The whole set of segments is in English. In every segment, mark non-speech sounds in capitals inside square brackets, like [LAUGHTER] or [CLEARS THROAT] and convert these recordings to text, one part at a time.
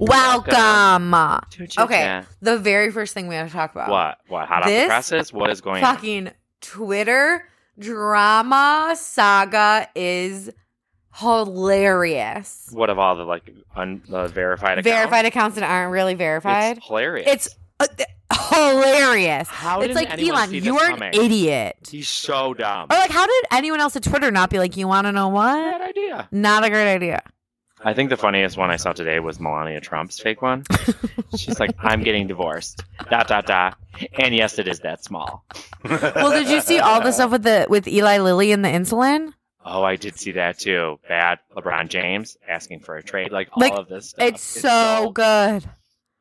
Welcome. Choo-choo. Okay, Yeah. the very first thing we have to talk about. What? What? Hot off This the presses? What is going on? Fucking Twitter drama saga is hilarious. What of all the like un- the verified accounts? verified accounts that aren't really verified. It's hilarious. It's, uh, th- hilarious. How it's didn't like anyone Elon, see you this are coming? an idiot. He's so dumb. Or like, how did anyone else at Twitter not be like, you want to know what? Bad idea. Not a great idea. I think the funniest one I saw today was Melania Trump's fake [LAUGHS] one. She's like, "I'm getting divorced." Dot dot dot. And yes, it is that small. Well, did you see all the stuff with the with Eli Lilly and the insulin? [LAUGHS] Oh, I did see that too. Bad LeBron James asking for a trade, like, Like, all of this stuff. It's so good.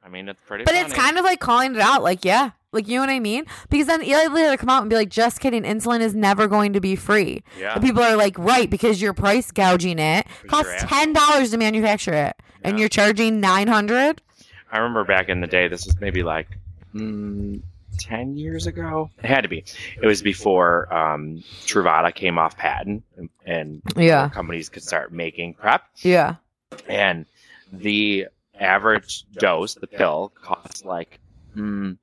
I mean, it's pretty. But it's kind of like calling it out, like, yeah. Like you know what I mean? Because then Eli Lilly had to come out and be like, just kidding, insulin is never going to be free. of yeah. And people are like, right, because you're price gouging it. Because Costs you're ten dollars to manufacture it. And Yeah. you're charging nine hundred? I remember back in the day, this was maybe like mm, 10 years ago. It had to be. It was before um, Truvada came off patent and, and Yeah. companies could start making prep. Yeah. And the average dose, the pill, costs like mm,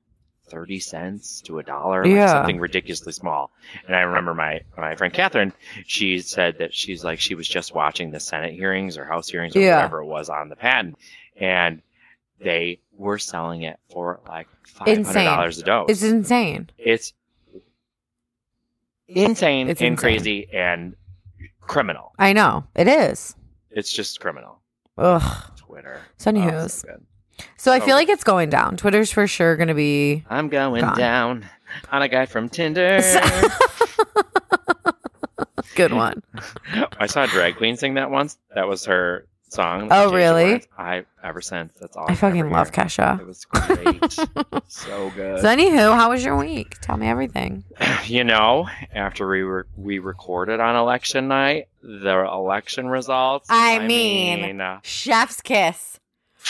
30 cents to a dollar, like Yeah. something ridiculously small. And I remember my, my friend Catherine, she said that she's like, she was just watching the Senate hearings or House hearings or Yeah. whatever it was on the patent. And they were selling it for like $500 a dose. It's insane. It's insane It's and insane. crazy and criminal. I know. It is. It's just criminal. Ugh. Twitter. So Oh, anyways. so good. So I feel Okay. like it's going down. Twitter's for sure gonna be I'm going Gone. down on a guy [LAUGHS] from Tinder. good one. I saw a drag queen sing that once. That was her song. Oh, She changed really? the words. I ever since. That's all. I I've fucking ever love heard. Kesha. It [LAUGHS] was great. so good. So anywho, how was your week? Tell me everything. [LAUGHS] you know, after we were we recorded on election night, the election results. I mean- uh, Chef's kiss.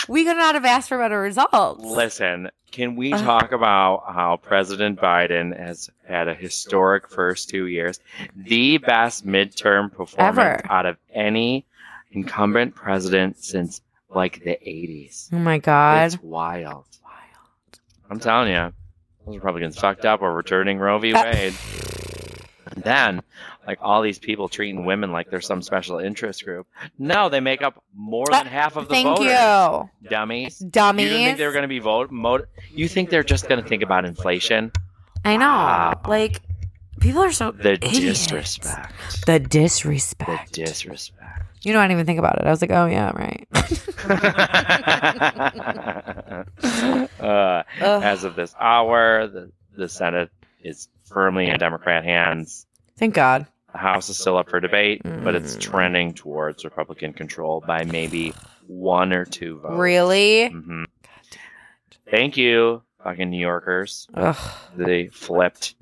We could not have asked for better results. listen. Can we Ugh. talk about how President Biden has had a historic first two years? The best midterm performance Ever. out of any incumbent president since like the 80s. Oh my god. It's wild. I'm telling you, those Republicans fucked up over returning Roe v. Uh, Wade. And then, like all these people treating women like they're some special interest group. No, they make up more than Uh, half of the Thank voters. you. Dummies. Dummies. You didn't think they were going to be vote? Mo- you think they're just going to think about inflation? I know. Wow. Like people are so The idiots. disrespect. The The disrespect. [LAUGHS] disrespect. [LAUGHS] you know, I didn't even think about it. I was like, oh yeah, right. uh, Ugh. as of this hour, the, the Senate is firmly in Democrat hands. Thank God. The House is still up for debate, but it's Mm. trending towards Republican control by maybe one or two votes. Really? hmm Thank you, fucking New Yorkers. Ugh. They flipped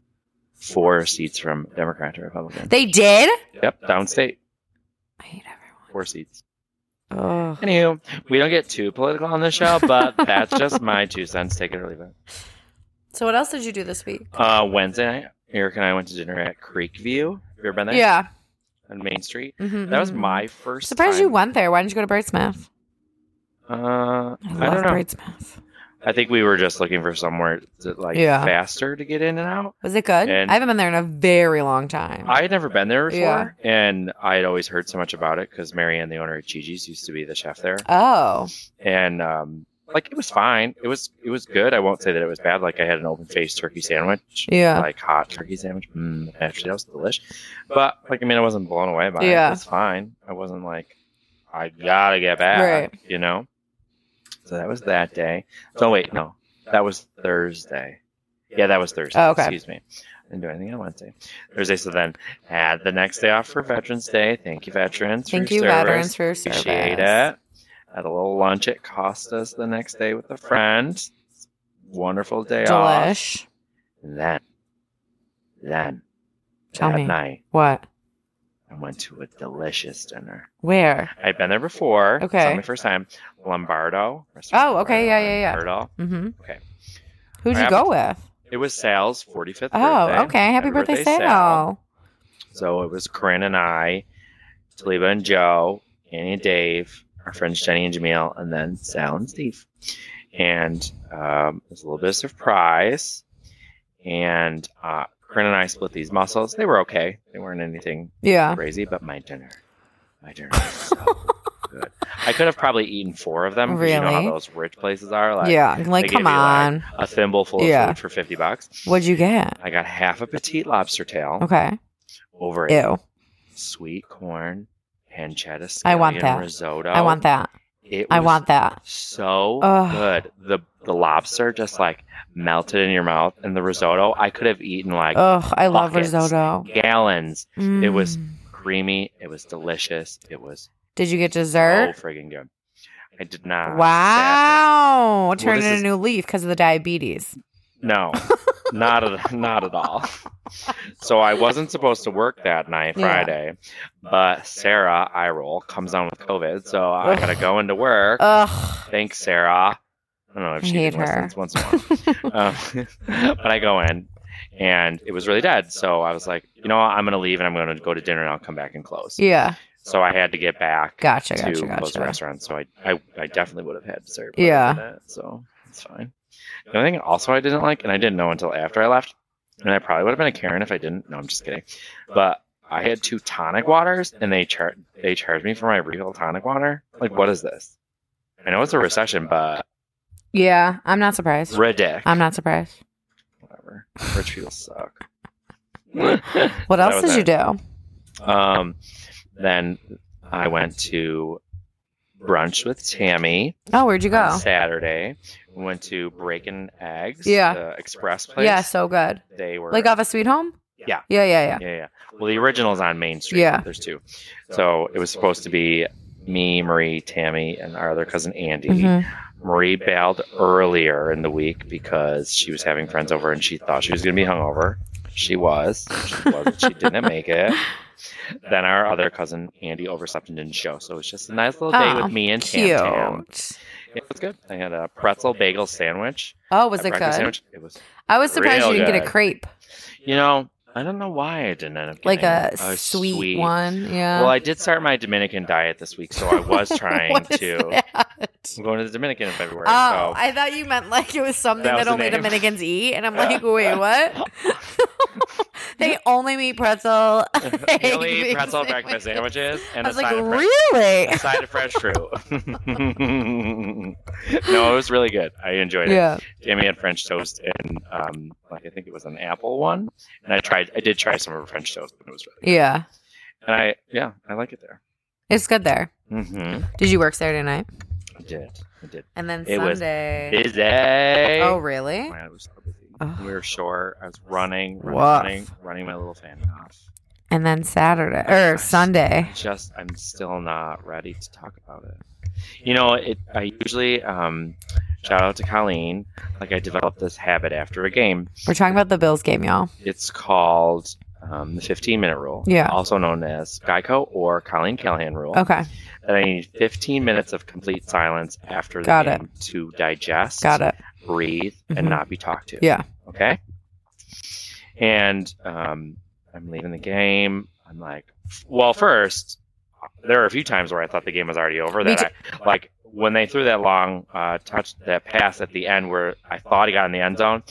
four seats from Democrat to Republican. They did? Yep, downstate, I hate everyone. four seats. Ugh. Anywho, we don't get too political on this show, but that's just my two cents. Take it or leave it. So what else did you do this week? Uh, Wednesday night, Eric and I went to dinner at Creek View. Have you ever been there? Yeah. On Main Street. Mhm, That was mhm. my first. Surprised time. you went there. Why didn't you go to Birdsmith? Uh, I I love don't know. Birdsmouth. I think we were just looking for somewhere to, like Yeah. faster to get in and out. Was it good? And- I haven't been there in a very long time. I had never been there before, Yeah. and I had always heard so much about it because Marianne, the owner of Gigi's, used to be the chef there, oh, and um, like it was fine. It was it was good. I won't say that it was bad. Like I had an open faced turkey sandwich, yeah. like hot turkey sandwich. Mm, actually, that was delicious. But like, I mean, I wasn't blown away by it. Yeah. It was fine. I wasn't like, I gotta get back. Right. You know. So that was that day. So wait, no, that was Thursday. Yeah, that was Thursday. Oh, okay. Excuse me. I didn't do anything on Wednesday. Thursday. So then had the next day off for Veterans Day. Thank you, veterans. for Thank your you, service. veterans, for your service. Appreciate it. Had a little lunch at Costa's the next day with a friend. Wonderful day off. Delish. Then, then Tell that me. night, What? I went to a delicious dinner. Where? I've been there before. It's Okay. not my first time. Lombardo. Oh, okay, yeah, yeah, yeah. Lombardo. Mm-hmm. Okay. Who'd you Crap. go with? It was Sal's 45th Oh, birthday. okay. Happy birthday, Sal. So it was Corinne and I, Taliba and Joe, Annie and Dave, our friends Jenny and Jamil, and then Sal and Steve. And um, there's a little bit of surprise. And uh, Corinne and I split these mussels. They were okay. They weren't anything Yeah. crazy, but my dinner, my dinner [LAUGHS] was so good. I could have probably eaten four of them. 'cause You know Really? how those rich places are. Like yeah. Like, they come gave me, like, on. a thimble full of Yeah. food for fifty bucks. What'd you get? I got half a petite lobster tail Okay. over a Ew. sweet corn pancetta I want scallion that. risotto. I want that. It I was want that. so Ugh. good. The the lobster just like melted in your mouth, and the risotto. I could have eaten like Ugh. I love buckets. risotto. gallons. It was Mm. creamy. It was delicious. It was Did you get so dessert? friggin' good. I did not. sadly. wow. Turned Oh, this in a is- new leaf because of the diabetes. [LAUGHS] No, not at not at all. So I wasn't supposed to work that night, Yeah. Friday, but Sarah, I roll, comes down with COVID, so I Ugh. gotta go into work. Ugh. Thanks, Sarah. I don't know if I she hate even her. listens once in [LAUGHS] a while. um, [LAUGHS] but I go in, and it was really dead. So I was like, you know, what? I'm gonna leave, and I'm gonna go to dinner, and I'll come back and close. Yeah. So I had to get back Gotcha. to Gotcha. close Gotcha. the restaurant. So I, I, I definitely would have had dessert. Yeah. That, so it's fine. The only thing also I didn't like, and I didn't know until after I left, and I probably would have been a Karen if I didn't. No, I'm just kidding. But I had two tonic waters, and they char- they charged me for my refill tonic water. Like, what is this? I know it's a recession, but Yeah. I'm not surprised. ridiculous. I'm not surprised. Whatever. Rich people suck. what [LAUGHS] What else did you do? Um, then I went to brunch with Tammy. Oh, where'd you on go? Saturday. We went to Breaking Eggs, Yeah. the Express place. Yeah. So good. they were Like off a Sweet Home? Yeah. Yeah. Yeah. yeah, yeah. Well, the original's on Main Street. Yeah. there's two. So it was supposed to be me, Marie, Tammy, and our other cousin Andy. Yeah. hmm Marie bailed earlier in the week because she was having friends over and she thought she was going to be hungover. She was. She wasn't. she didn't [LAUGHS] make it. Then our other cousin Andy overslept and didn't show, so it was just a nice little day Oh, with me and Tam Tam. Cute. It was good. I had a pretzel bagel sandwich. Oh, was it a breakfast good? sandwich. It was I was surprised Real you didn't get good. a crepe, You know, I don't know why I didn't end up like getting a, sweet, one. Yeah. Well, I did start my Dominican diet this week, so I was [LAUGHS] trying What is to. that? I'm going to the Dominican in February. Oh, [LAUGHS] so. I thought you meant like it was something That that, was the only name. Dominicans eat, [LAUGHS] and I'm like, wait, what? [LAUGHS] they only eat pretzel. [LAUGHS] We only eat pretzel breakfast sandwiches and I was a like, side of fresh, really? a side of fresh fruit. [LAUGHS] no, it was really good. I enjoyed it. Yeah. Jamie had French toast and um, like I think it was an apple one, and I tried. I did try some of her French toast, but it was really. Yeah. And I yeah, I like it there. It's good there. Mm-hmm. Did you work Saturday night? I did. I did. And then It was Sunday. Busy. Oh, really? My God, it was so busy. Ugh. We were sure. I was running, running, Woof. running, running my little fan off. And then Saturday or Sunday. Just, I'm still not ready to talk about it. You know, it. I usually um, shout out to Colleen. Like I developed this habit after a game. We're talking about the Bills game, y'all. It's called um, the 15 minute rule. Yeah. Also known as Geico or Colleen Callahan rule. Okay. That I need 15 minutes of complete silence after the Got it. game to digest. Got it. breathe Mhm. and not be talked to. Yeah. Okay. And um, I'm leaving the game. I'm like, well, first, there are a few times where I thought the game was already over. Me That I, like when they threw that long uh, touch, that pass at the end where I thought he got in the end zone.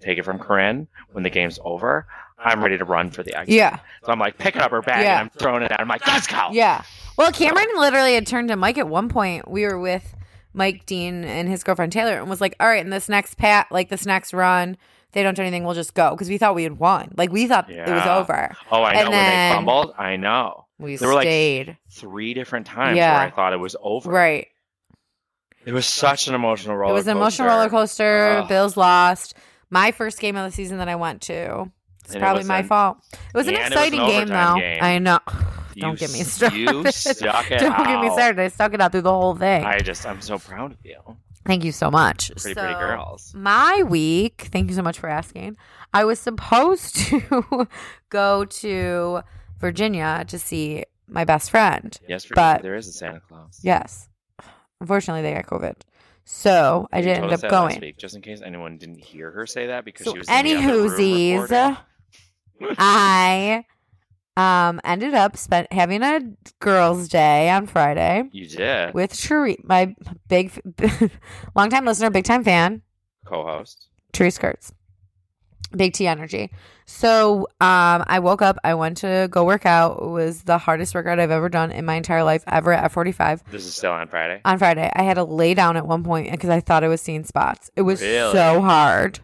Take it from Corinne. When the game's over, I'm ready to run for the exit. Yeah. So I'm like picking up her bag Yeah. and I'm throwing it out. I'm like, let's go. Yeah. Well, Cameron literally had turned to Mike at one point. We were with Mike Dean and his girlfriend Taylor and was like, all right, in this next pat, like this next run, they don't do anything, we'll just go. Because we thought we had won. Like we thought it was Yeah. over. Oh, I know And when then- they fumbled. I know We They were like- stayed. three different times Yeah. where I thought it was over. right. It was such an emotional roller. It was an emotional roller coaster. Ugh. Bills lost. My first game of the season that I went to. It's And it probably was my an- fault. It was an and it was an exciting game, overtime though. game. I know. [LAUGHS] You Don't get me s- started. You stuck it Don't get me out. started. I stuck it out through the whole thing. I just, I'm so proud of you. Thank you so much. Pretty, so, pretty girls. my week thank you so much for asking i was supposed [LAUGHS] to go to virginia to see my best friend Yes, for but- there is a Santa Claus. yes unfortunately they got covid so i You didn't told end us up that last going week, just in case anyone didn't hear her say that because so uh, she was in the any other room hoosies recording. i Um, ended up spent having a girls' day on Friday You did. with Cherie, my big, [LAUGHS] longtime listener, big time fan. Co-host. Therese Kurtz. Big T energy. So um, I woke up. I went to go work out. It was the hardest workout I've ever done in my entire life, ever at F45. This is still on Friday. On Friday, I had to lay down at one point because I thought I was seeing spots. It was Really? so hard.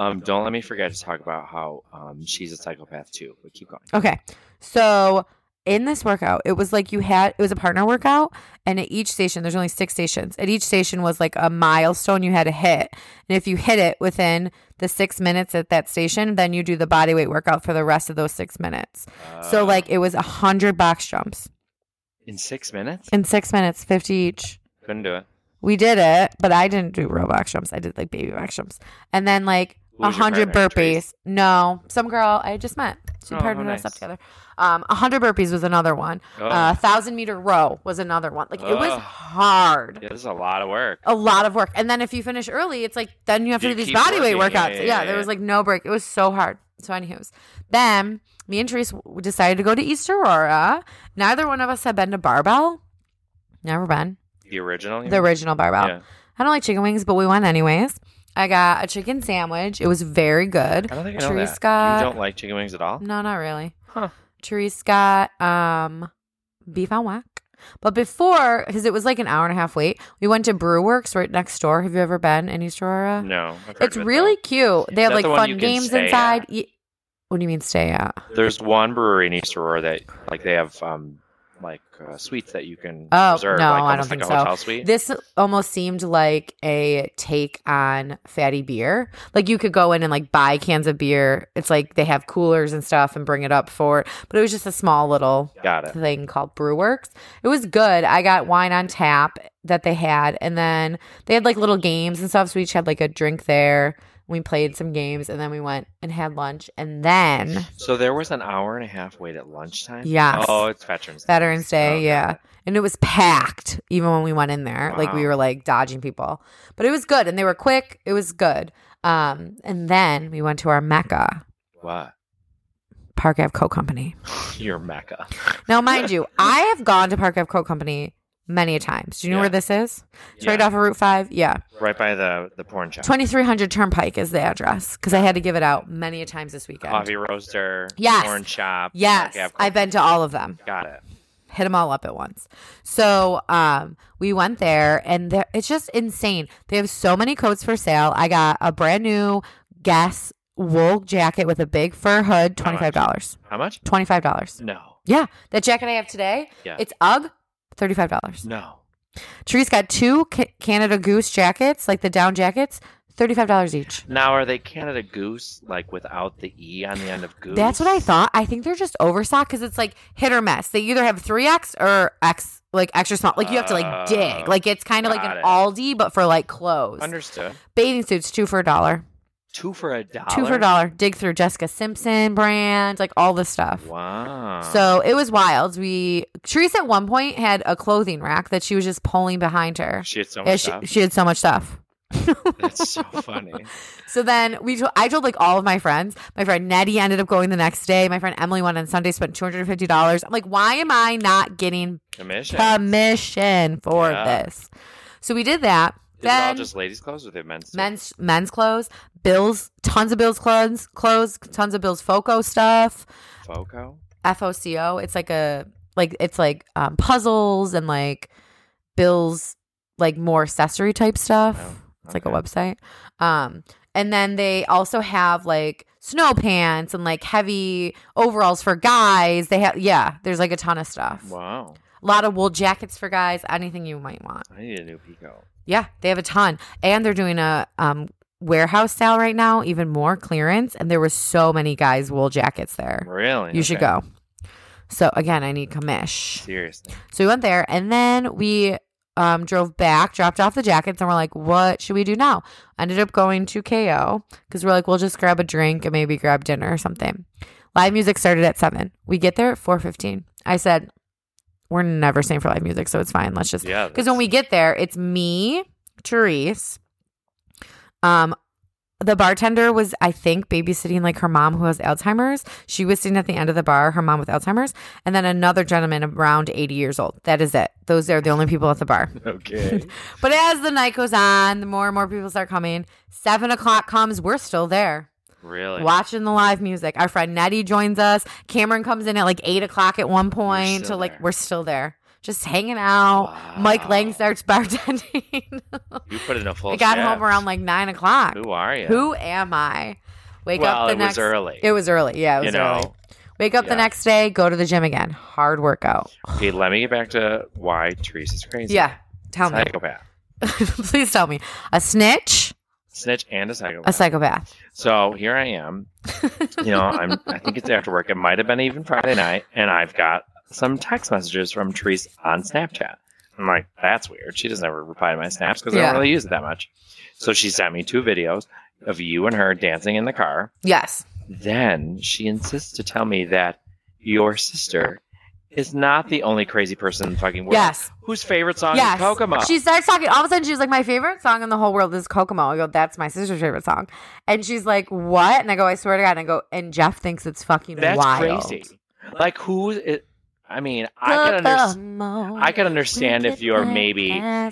Um, don't let me forget to talk about how um she's a psychopath too. But keep going. Okay. So in this workout, it was like you had it was a partner workout, and at each station, there's only six stations. At each station was like a milestone you had to hit, and if you hit it within the six minutes at that station, then you do the body weight workout for the rest of those six minutes. So Uh, like it was a hundred box jumps in six minutes, in six minutes, fifty each. couldn't do it. We did it, but I didn't do real box jumps. I did like baby box jumps, and then like Who a was your hundred partner? burpees. Trace? No, some girl I just met. She Oh, partnered how us up nice. together. Um, a hundred burpees was another one. Oh, A thousand meter row was another one. Like it was Ugh. hard. yeah, this is a lot of work. A lot of work. And then if you finish early, it's like then you have to You do these keep body weight working. Yeah, workouts. Yeah, yeah, yeah, there yeah. was like no break. It was so hard. So, anywho's, then me and Therese w- decided to go to East Aurora. Neither one of us had been to Barbell. Never been. The original. you The mean? original Barbell. Yeah. I don't like chicken wings, but we went anyways. I got a chicken sandwich. It was very good. I don't think I know Therese that. got- You don't like chicken wings at all. No, not really. Huh. Therese got um, beef on whack. But before, because it was like an hour and a half wait, we went to Brew Works right next door. Have you ever been in East Aurora? No. I've heard It's of it, really cute. They have that like the one you fun can games stay inside. Ye- What do you mean stay at? though. There's one brewery in East Aurora that like they have um like uh, suites that you can Oh, reserve, no, I like don't almost like think a so. hotel suite. This almost seemed like a take on fatty beer. Like you could go in and like buy cans of beer. It's like they have coolers and stuff and bring it up for it. But it was just a small little Got it. thing called Brewworks. It was good. I got wine on tap that they had, and then they had like little games and stuff. So we each had like a drink there. We played some games, and then we went and had lunch, and then So there was an hour and a half wait at lunchtime. Yes. Oh, it's Veterans Day. Veterans Day, Oh, yeah. God. And it was packed even when we went in there. Like we Wow. were like dodging people. But it was good and they were quick. It was good. Um and then we went to our Mecca, What? Park Ave Co Company. Your mecca. Now mind [LAUGHS] you, I have gone to Park Ave Co Company many a times. Do you know Yeah. where this is? It's right Yeah. off of Route 5. Yeah. Right by the the porn shop. 2300 Turnpike is the address cuz I had to give it out many a times this weekend. Coffee roaster. Yes. Porn shop. Yes. Like, I've been to all of them. Got it. hit them all up at once. So um, we went there, and there, it's just insane. They have so many coats for sale. I got a brand new Guess wool jacket with a big fur hood, How twenty much? five dollars. How much? Twenty five dollars. No. Yeah, that jacket I have today. Yeah. It's UGG. Thirty-five dollars. No. Therese got two Ca- Canada Goose jackets, like the down jackets, thirty-five dollars each. Now are they Canada Goose like without the e on the end of goose? That's what I thought. I think they're just overstocked because it's like hit or miss. They either have three X or X like extra small. Like you have to like Oh, dig. Like it's kind of like an got it. Aldi but for like clothes. Understood. Bathing suits two for a dollar. Two for a dollar. Two for a dollar. Dig through Jessica Simpson brand, like all this stuff. Wow. So it was wild. We Therese at one point had a clothing rack that she was just pulling behind her. she had so much Yeah, she, [LAUGHS] stuff. she had so much stuff. That's so funny. So then we, to- I told like all of my friends. My friend Nettie ended up going the next day. My friend Emily went on Sunday, spent two hundred and fifty dollars. I'm like, why am I not getting Commission. Um, commission for Yeah. this? So we did that. Is it all Then just ladies' clothes or the men's? too? men's men's clothes, bills, tons of bills clothes, clothes, tons of bills foco stuff, Foco. FOCO. It's like a like it's like um, puzzles and like bills, like more accessory type stuff. Oh, It's like a website. Um, and then they also have like snow pants and like heavy overalls for guys. They have yeah, there's like a ton of stuff. Wow. A lot of wool jackets for guys, anything you might want. I need a new Pico. Yeah, they have a ton. And they're doing a um warehouse sale right now, even more clearance. And there were so many guys' wool jackets there. Really? Er, You should Okay. go. So again, I need commish. Seriously. So we went there and then we um, drove back, dropped off the jackets, and we're like, what should we do now? Ended up going to KO because we're like, we'll just grab a drink and maybe grab dinner or something. Live music started at seven. We get there at four fifteen. I said, We're never staying for live music, so it's fine. Let's just Yeah. because when we get there, it's me, Therese, um, the bartender was, I think, babysitting like her mom who has Alzheimer's. She was sitting at the end of the bar, her mom with Alzheimer's, and then another gentleman around 80 years old. That is it. Those are the only people at the bar. [LAUGHS] Okay. But as the night goes on, the more and more people start coming. Seven o'clock comes, we're still there Really? watching the live music. Our friend Nettie joins us. Cameron comes in at like eight o'clock at one point. So still like there. we're still there, just hanging out. Mike Lang Wow. starts [LAUGHS] bartending. You put in a full. I got shift. home around like nine o'clock. Who are you? Who am I? Wake well, up the it next. was early. It was early. Yeah, it you was know. early. Wake up yeah. the next day. Go to the gym again. Hard workout. Okay, let me get back to why Teresa's crazy. Yeah, tell me. Psychopath. [LAUGHS] Please tell me. A snitch. Snitch and a A psychopath. psychopath. so here I am. You know, I'm. I think it's after work. It might have been even Friday night, and I've got some text messages from Teresa on Snapchat. I'm like, that's weird. She doesn't ever reply to my snaps because I Yeah. don't really use it that much. So she sent me two videos of you and her dancing in the car. Yes. Then she insists to tell me that your sister is not the only crazy person in the fucking world. Yes. Whose favorite song yes. is Kokomo? She starts talking. All of a sudden, she's like, "My favorite song in the whole world is Kokomo." I go, "That's my sister's favorite song," and she's like, "What?" And I go, "I swear to God." And I go, "And Jeff thinks it's fucking That's wild." crazy. Like who is? I mean, I can understand. Kokomo. I can understand if you're maybe a a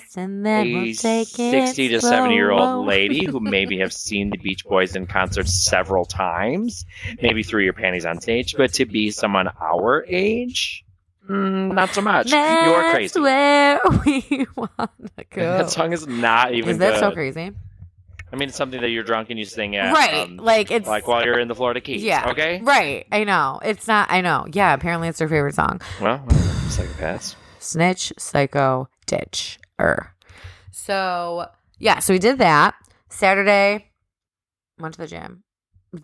60 to 70 year old lady who maybe have seen the Beach Boys in concert several times, maybe threw your panties on stage, but to be someone our age, mm, not so much. You're crazy. where [LAUGHS] we want to go. That song is not even Is that good. so crazy? I mean, it's something that you're drunk and you sing at, right. um, like it's like while you're in the Florida Keys. Yeah. Okay. right. I know. It's not. I know. Yeah. Apparently, it's her favorite song. Well, psychopaths. snitch, psycho, ditch, er. So yeah, so we did that Saturday. Went to the gym.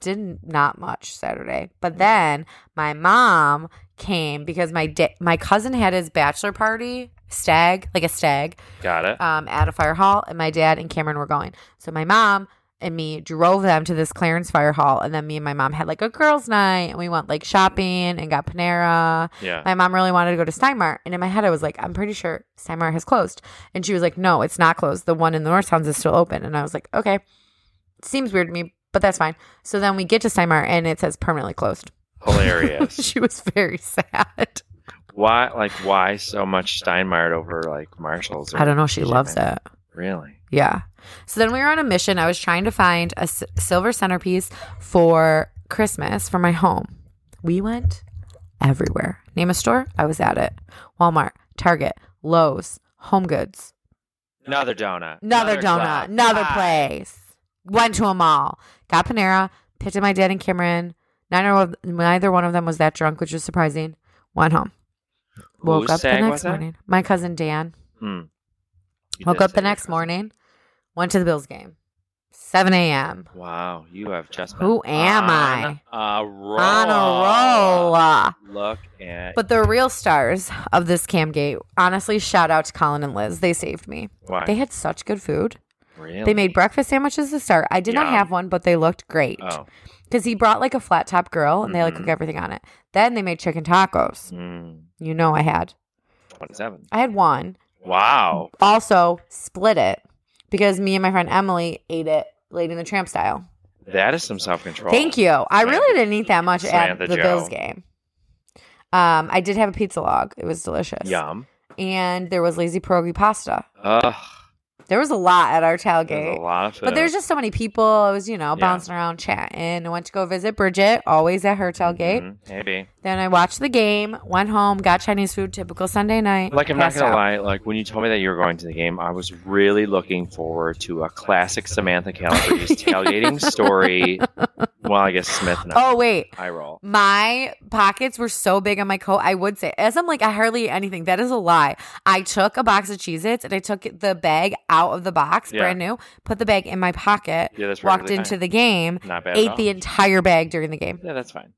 Did not much Saturday, but then my mom came because my da- my cousin had his bachelor party stag, like a stag, Got it. um, at a fire hall, and my dad and Cameron were going. So my mom and me drove them to this Clarence Fire Hall, and then me and my mom had like a girls' night, and we went like shopping and got Panera, Yeah. my mom really wanted to go to Steinmart. And in my head, I was like, I'm pretty sure Steinmart has closed. And she was like, No, it's not closed. The one in the North Towns is still open. And I was like, Okay, seems weird to me, but that's fine. So then we get to Steinmart and it says permanently closed. [LAUGHS] Hilarious. she was very sad. why? Like why so much Steinmart over like Marshalls? Or I don't know. She loves it. Really? Yeah. So then we were on a mission. I was trying to find a s- silver centerpiece for Christmas for my home. We went everywhere. Name a store. I was at it. Walmart, Target, Lowe's, Home Goods. Another donut. Another donut. club. Another Ah. place. Went to a mall. Got Panera. Picked up my dad and Cameron. Neither one, neither one of them was that drunk, which was surprising. Went home. Woke Whose up the stag next was that? morning. My cousin Dan Hmm. You woke did up say the you next were- morning. Went to the Bills game. 7 a.m. Wow, you have just Who been am on A roll. On a roll. Look at But the real stars of this Camgate, honestly, shout out to Colin and Liz. They saved me. why They had such good food. really? They made breakfast sandwiches to start. I did not Yum. have one, but they looked great. Oh, because he brought like a flat top grill and they like Mhm. cook everything on it. Then they made chicken tacos. mm, You know, I had twenty-seven. I had one. Wow. Also, split it because me and my friend Emily ate it Lady in the Tramp style. That is some self-control. Thank you. I really Samantha- didn't eat that much at Samantha the Bills Joe. game. Um, I did have a pizza log. It was delicious. Yum. And there was lazy pierogi pasta. Ugh. There was a lot at our There's a tailgate. lot of food. But there's just so many people. I was, you know, Yeah. bouncing around chatting. I went to go visit Bridget, always at her tailgate. Mhm, Maybe. Then I watched the game, went home, got Chinese food, typical Sunday night. Like I'm not passed gonna out. lie. Like when you told me that you were going to the game, I was really looking forward to a classic Samantha [LAUGHS] Calabrese tailgating story. Well, I guess Smith. No, Oh wait. I roll. My pockets were so big on my coat. I would say, as I'm like, I hardly eat anything. That is a lie. I took a box of Cheez Its and I took the bag out of the box, Yeah. brand new, put the bag in my pocket, Yeah, that's walked perfectly into fine. the game, Not bad. at ate all. the entire bag during the game. Yeah, [LAUGHS] that's fine.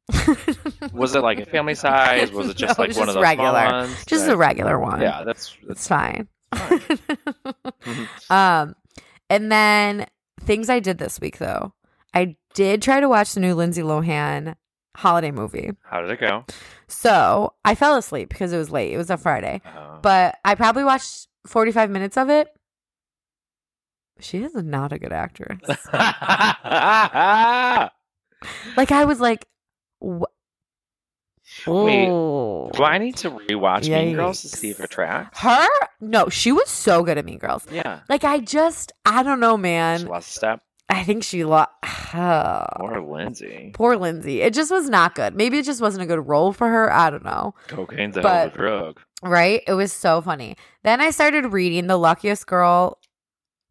was it like a family size? Was it just No, like it was just one of those small regular. ones? Just a Right. regular one. Yeah, that's It's [LAUGHS] that's fine. fine. Mm-hmm. Um, and then things I did this week though, I did try to watch the new Lindsay Lohan holiday movie. How did it go? So I fell asleep because it was late. It was a Friday, Uh, but I probably watched forty five minutes of it. She is not a good actress. Do like I was like, wh- [LAUGHS] Wait. oh, I need to rewatch Mean Girls to Yikes. see if it tracks? her? No, she was so good at Mean Girls. Yeah. Like I just, I don't know, She man. lost a step. I think she [SIGHS] oh. lost. Or Lindsay. Poor Lindsay. It just was not good. Maybe it just wasn't a good role for her. I don't know. Cocaine's a But- hell of a drug. Right? It was so funny. Then I started reading The Luckiest Girl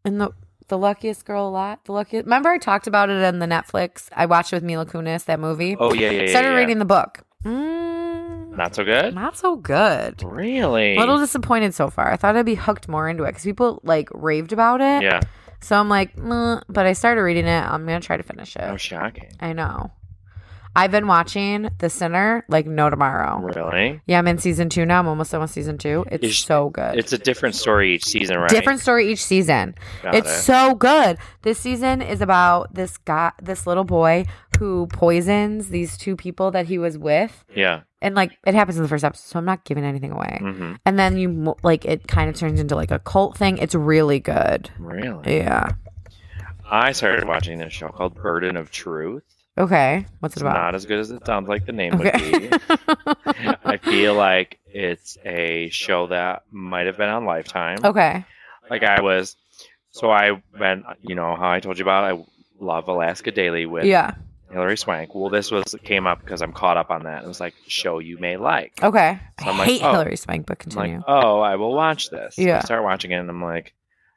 in the The Luckiest Girl a lot. The luckiest Remember I talked about it on the Netflix. I watched it with Mila Kunis, that movie. Oh yeah, yeah, yeah. started yeah. reading the book. Mm, Not so good. not so good. Really? A little disappointed so far. I thought I'd be hooked more into it because people like raved about it. yeah. So I'm like, "Meh," but I started reading it. I'm gonna try to finish it. Oh, shocking. I know. I've been watching The Sinner like no tomorrow. Really? Yeah, I'm in season two now. I'm almost done with season two. It's Is- so good. It's a different story each season, right? Different story each season. Got it's it. so good. This season is about this guy, this little boy who poisons these two people that he was with, Yeah. and like it happens in the first episode. So I'm not giving anything away. hmm And then you mo- like it kind of turns into like a cult thing. It's really good. Really? Yeah. I started watching this show called Burden of Truth. Okay. What's it It's about? not as good as it sounds like the name would Okay. be. I feel like it's a show that might have been on Lifetime. [LAUGHS] [LAUGHS] okay. Like I was, so I went. You know how I told you about? I love Alaska Daily with Yeah. Hillary Swank. Well, this was came up because I'm caught up on that. It was like show you may like. Okay. So I'm I like, hate oh. Hillary Swank, but I'm continue. like, oh, I will watch this. Yeah. I start watching it, and I'm like,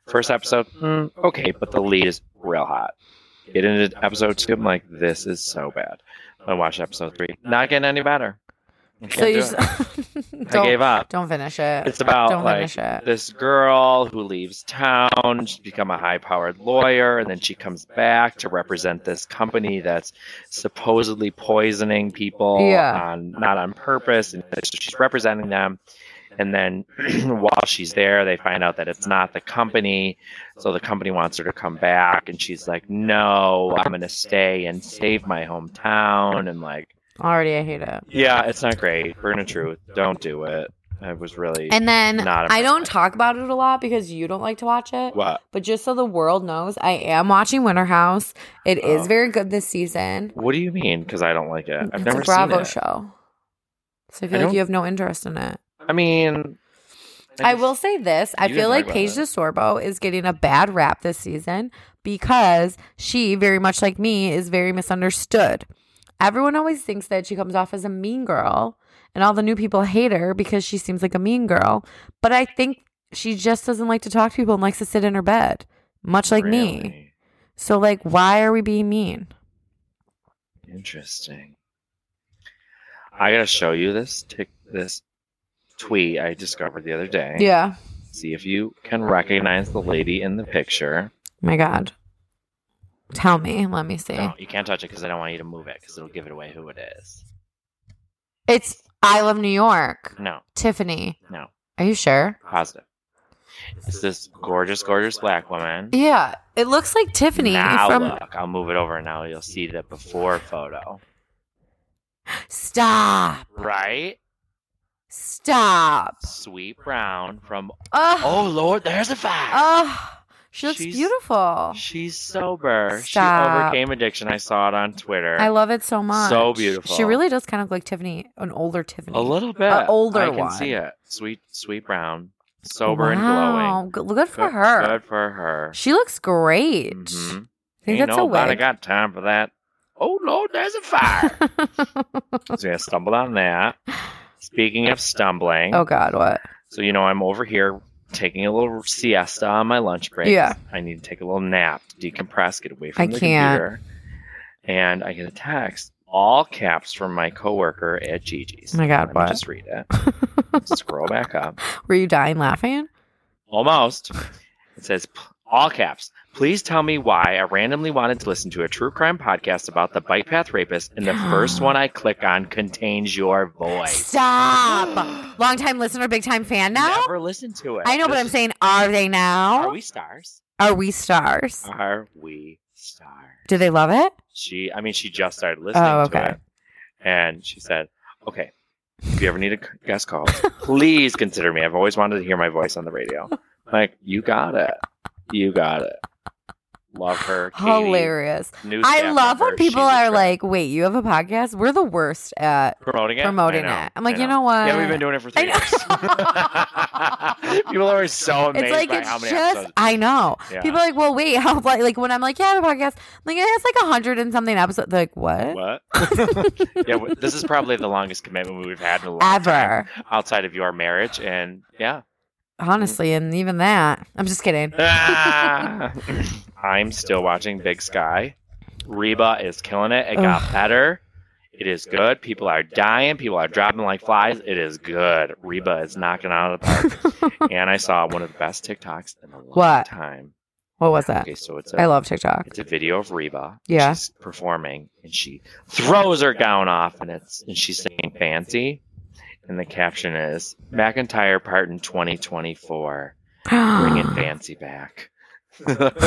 first episode, mm, okay, but the lead is real hot. Get into episode two, I'm like, this is so bad. I watched episode three, not getting any better. I so can't you do s- [LAUGHS] it. I don't gave up. don't finish it. It's about don't like finish it. this girl who leaves town, she's become a high powered lawyer, and then she comes back to represent this company that's supposedly poisoning people Yeah. on not on purpose, and so she's representing them. And then [CLEARS THROAT] while she's there, they find out that it's not the company. So the company wants her to come back, and she's like, No, I'm gonna stay and save my hometown and like Already, I hate it. yeah, it's not great. Burn of truth. Don't do it. I was really And then Not I don't impressed. talk about it a lot because you don't like to watch it. what? But just so the world knows, I am watching Winter House. It is Oh. very good this season. What do you mean? Because I don't like it. I've it's never a Bravo seen it. show. So I I feel like don't- you have no interest in it. I mean, I, will say this. I You feel didn't like talk about Paige that. DeSorbo is getting a bad rap this season because she, very much like me, is very misunderstood. Everyone always thinks that she comes off as a mean girl, and all the new people hate her because she seems like a mean girl. But I think she just doesn't like to talk to people and likes to sit in her bed, much like me. Really? So, like, why are we being mean? Interesting. I gotta show you this tick this tweet I discovered the other day. Yeah. See if you can recognize the lady in the picture. My God. Tell me. Let me see. No, you can't touch it because I don't want you to move it because it'll give it away who it is. It's I Love New York. No, Tiffany. no, Are you sure? positive. It's this gorgeous, gorgeous black woman. Yeah, it looks like Tiffany Now from look, I'll move it over now. You'll see the before photo. Stop. Right? Stop. Sweet brown from Oh, oh, Oh Lord, there's a fact. she looks She's- beautiful. She's sober. She Oh. Stop. overcame addiction. I saw it on Twitter. I love it so much. So beautiful. She really does kind of look like Tiffany, an older Tiffany. a little bit. A older I can one. see it. Sweet, sweet brown, sober wow. and glowing. Good, good for Good- her. Good for her. She looks great. Mhm. I think Ain't that's a [LAUGHS] nobody wig. got time for that. Oh Lord, there's a [LAUGHS] fire. so I stumbled on that. Speaking of stumbling, oh God, what? so you know I'm over here taking a little siesta on my lunch break. Yeah. I need to take a little nap, decompress, get away from I the can't. computer. And I get a text, all caps from my coworker at Gigi's. Oh my God, Let me what? just read it. [LAUGHS] Scroll back up. Were you dying laughing? Almost. It says p- all caps. Please tell me why I randomly wanted to listen to a true crime podcast about the bike path rapist, and the [GASPS] first one I click on contains your voice. Stop. [GASPS] Long time listener, big time fan now. Never listen to it. I know, but This I'm is- saying, are they now? Are we stars? Are we stars? Are we stars? Do they love it? she i mean she just started listening Oh, okay. to it and she said okay if you ever need a c- guest call please consider me i've always wanted to hear my voice on the radio like you got it you got it Love her. Katie, Hilarious. new I staff love when member. She's people a are trip. like, wait, you have a podcast? We're the worst at promoting it. promoting I know, it. I'm like, I you know what? Yeah, we've been doing it for I three years. [LAUGHS] people are so [LAUGHS] amazed it's like by it's how many just episodes. I know. Yeah. People are like, well, wait, [LAUGHS] how like, like when I'm like, yeah, I have a podcast, I'm like it's like a hundred and something episodes. They're like, what? [LAUGHS] [LAUGHS] What? yeah, w- this is probably the longest commitment we've had in a long time Ever. outside of your marriage, and [LAUGHS] yeah. Honestly, and even that. I'm just kidding. Ah! I'm still watching Big Sky. Reba is killing it. It got better. It is good. People are dying. People are dropping like flies. It is good. Reba is knocking it out [LAUGHS] of the park. and I saw one of the best TikToks in a long What? time. What was that? Okay, so it's a I love TikTok. it's a video of Reba. Yeah. She's performing and she throws her gown off and it's and she's singing fancy. And the caption is McIntyre part in twenty twenty four. Ah. [GASPS] Bringing fancy back.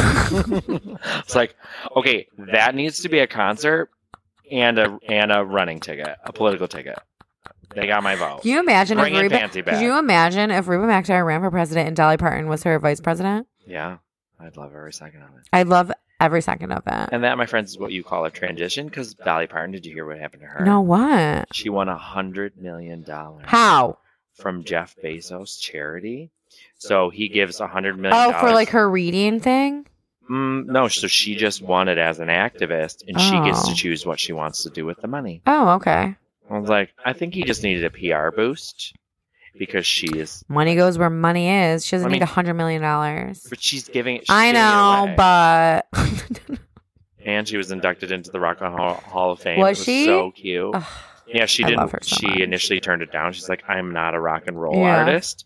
it's like, okay, that needs to be a concert and a and a running ticket, a political ticket. They got my vote. Can you imagine if Bringing Reba? fancy Could back. you imagine if Reba McIntyre ran for president and Dolly Parton was her vice president? yeah, I'd love every second of it. I love every second of that. And that, my friends, is what you call a transition. Because Dolly Parton, did you hear what happened to her? No, what? She won a hundred million dollars How? from Jeff Bezos charity. So he gives a hundred million. Oh, for like her reading thing? Mm, no, so she just won it as an activist, and she gets Oh. to choose what she wants to do with the money. Oh, okay. I was like, I think he just needed a PR boost because she is, Money goes where money is. She doesn't I need mean- a hundred million dollars. but she's giving it. She's I giving it know, away. but and she was inducted into the Rock and Hall, Hall of Fame. Was It she? so cute? Ugh. Yeah, she I didn't. love her so she much. initially turned it down. She's like, I'm not a rock and roll Yeah. artist.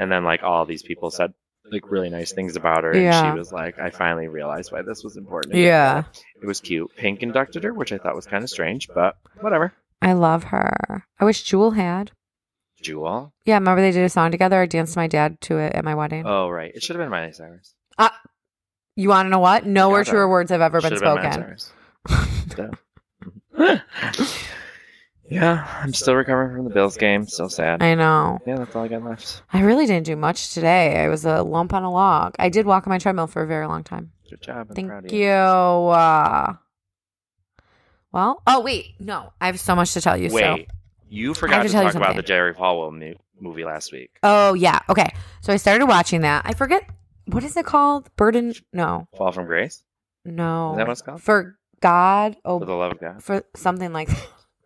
And then like all these people said like really nice things about her, and Yeah. she was like, I finally realized why this was important. yeah, it was cute. Pink inducted her, which I thought was kind of strange, but whatever. I love her. I wish Jewel had. Jewel. Yeah, remember they did a song together. I danced my dad to it at my wedding. Oh right, it should have been Miley Cyrus. you want to know what? Nowhere Gotta- truer words have ever been Should've Miley spoken. Cyrus. So. yeah, I'm still recovering from the Bills game. Still sad. I know. Yeah, that's all I got left. I really didn't do much today. I was a lump on a log. I did walk on my treadmill for a very long time. Good job. I'm proud Thank of you. Uh, well, oh wait, no, I have so much to tell you. So. Wait, you have forgot to to, tell you talk about something. the Jerry Falwell mu- movie last week. Oh yeah. Okay. So I started watching that. I forget what is it called? Burden? No, Fall from Grace? no. Is that what it's called? For God? For the Oh, Oh, love of God. for something like.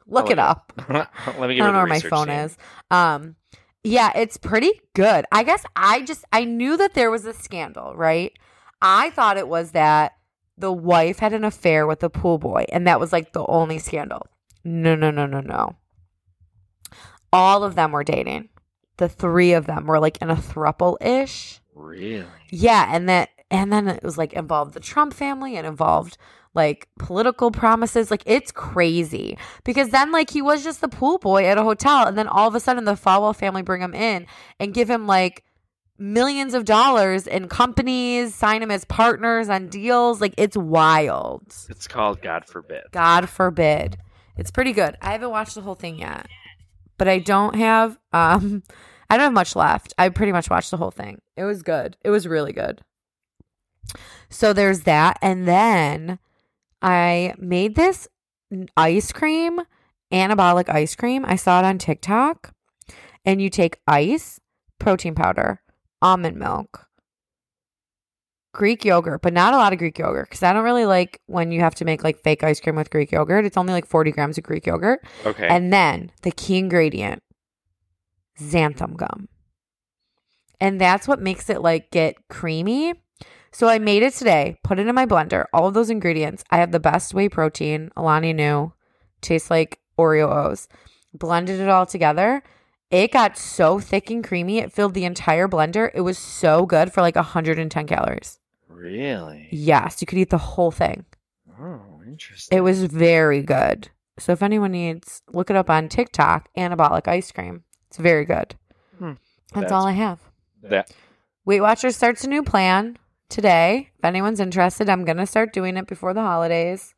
Look look it it up. [LAUGHS] Let me I give her don't know the where my research phone team. is. Um, yeah, it's pretty good. I guess I just I knew that there was a scandal, right? I thought it was that the wife had an affair with the pool boy, and that was like the only scandal. No, no, no, no, no. All of them were dating. The three of them were like in a thruple ish. Really? Yeah, and that and then it was like involved the Trump family and involved like political promises. Like it's crazy. Because then like he was just the pool boy at a hotel and then all of a sudden the Falwell family bring him in and give him like millions of dollars in companies, sign him as partners on deals. Like it's wild. It's called God Forbid. God forbid. It's pretty good. I haven't watched the whole thing yet. But I don't have um [LAUGHS] I don't have much left. I pretty much watched the whole thing. It was good. It was really good. So there's that and then I made this n- ice cream, anabolic ice cream. I saw it on TikTok. And you take ice, protein powder, almond milk, Greek yogurt, but not a lot of Greek yogurt because I don't really like when you have to make like fake ice cream with Greek yogurt. It's only like 40 grams of Greek yogurt. Okay. And then the key ingredient, xanthan gum. And that's what makes it like get creamy. So I made it today, put it in my blender, all of those ingredients. I have the best whey protein, Alani knew, tastes like Oreo O's. Blended it all together. It got so thick and creamy, it filled the entire blender. It was so good for like 110 calories. really? Yes, you could eat the whole thing. Oh, interesting. It was very good. So if anyone needs, look it up on TikTok, anabolic ice cream. It's very good. Hmm. That's, That's- all I have. that Weight Watchers starts a new plan today. If anyone's interested, I'm going to start doing it before the holidays.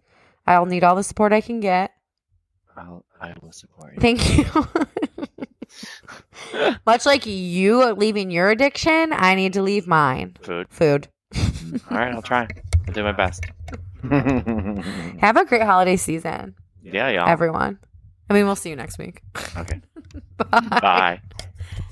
I'll need all the support I can get. I'll, I will support you. Thank you. [LAUGHS] Much like you leaving your addiction, I need to leave mine. Food. Food. All right, I'll try. I'll do my [LAUGHS] best. yeah, Have a great holiday season, y'all. everyone. I mean, we'll see you next week. Okay. [LAUGHS] Bye. Bye.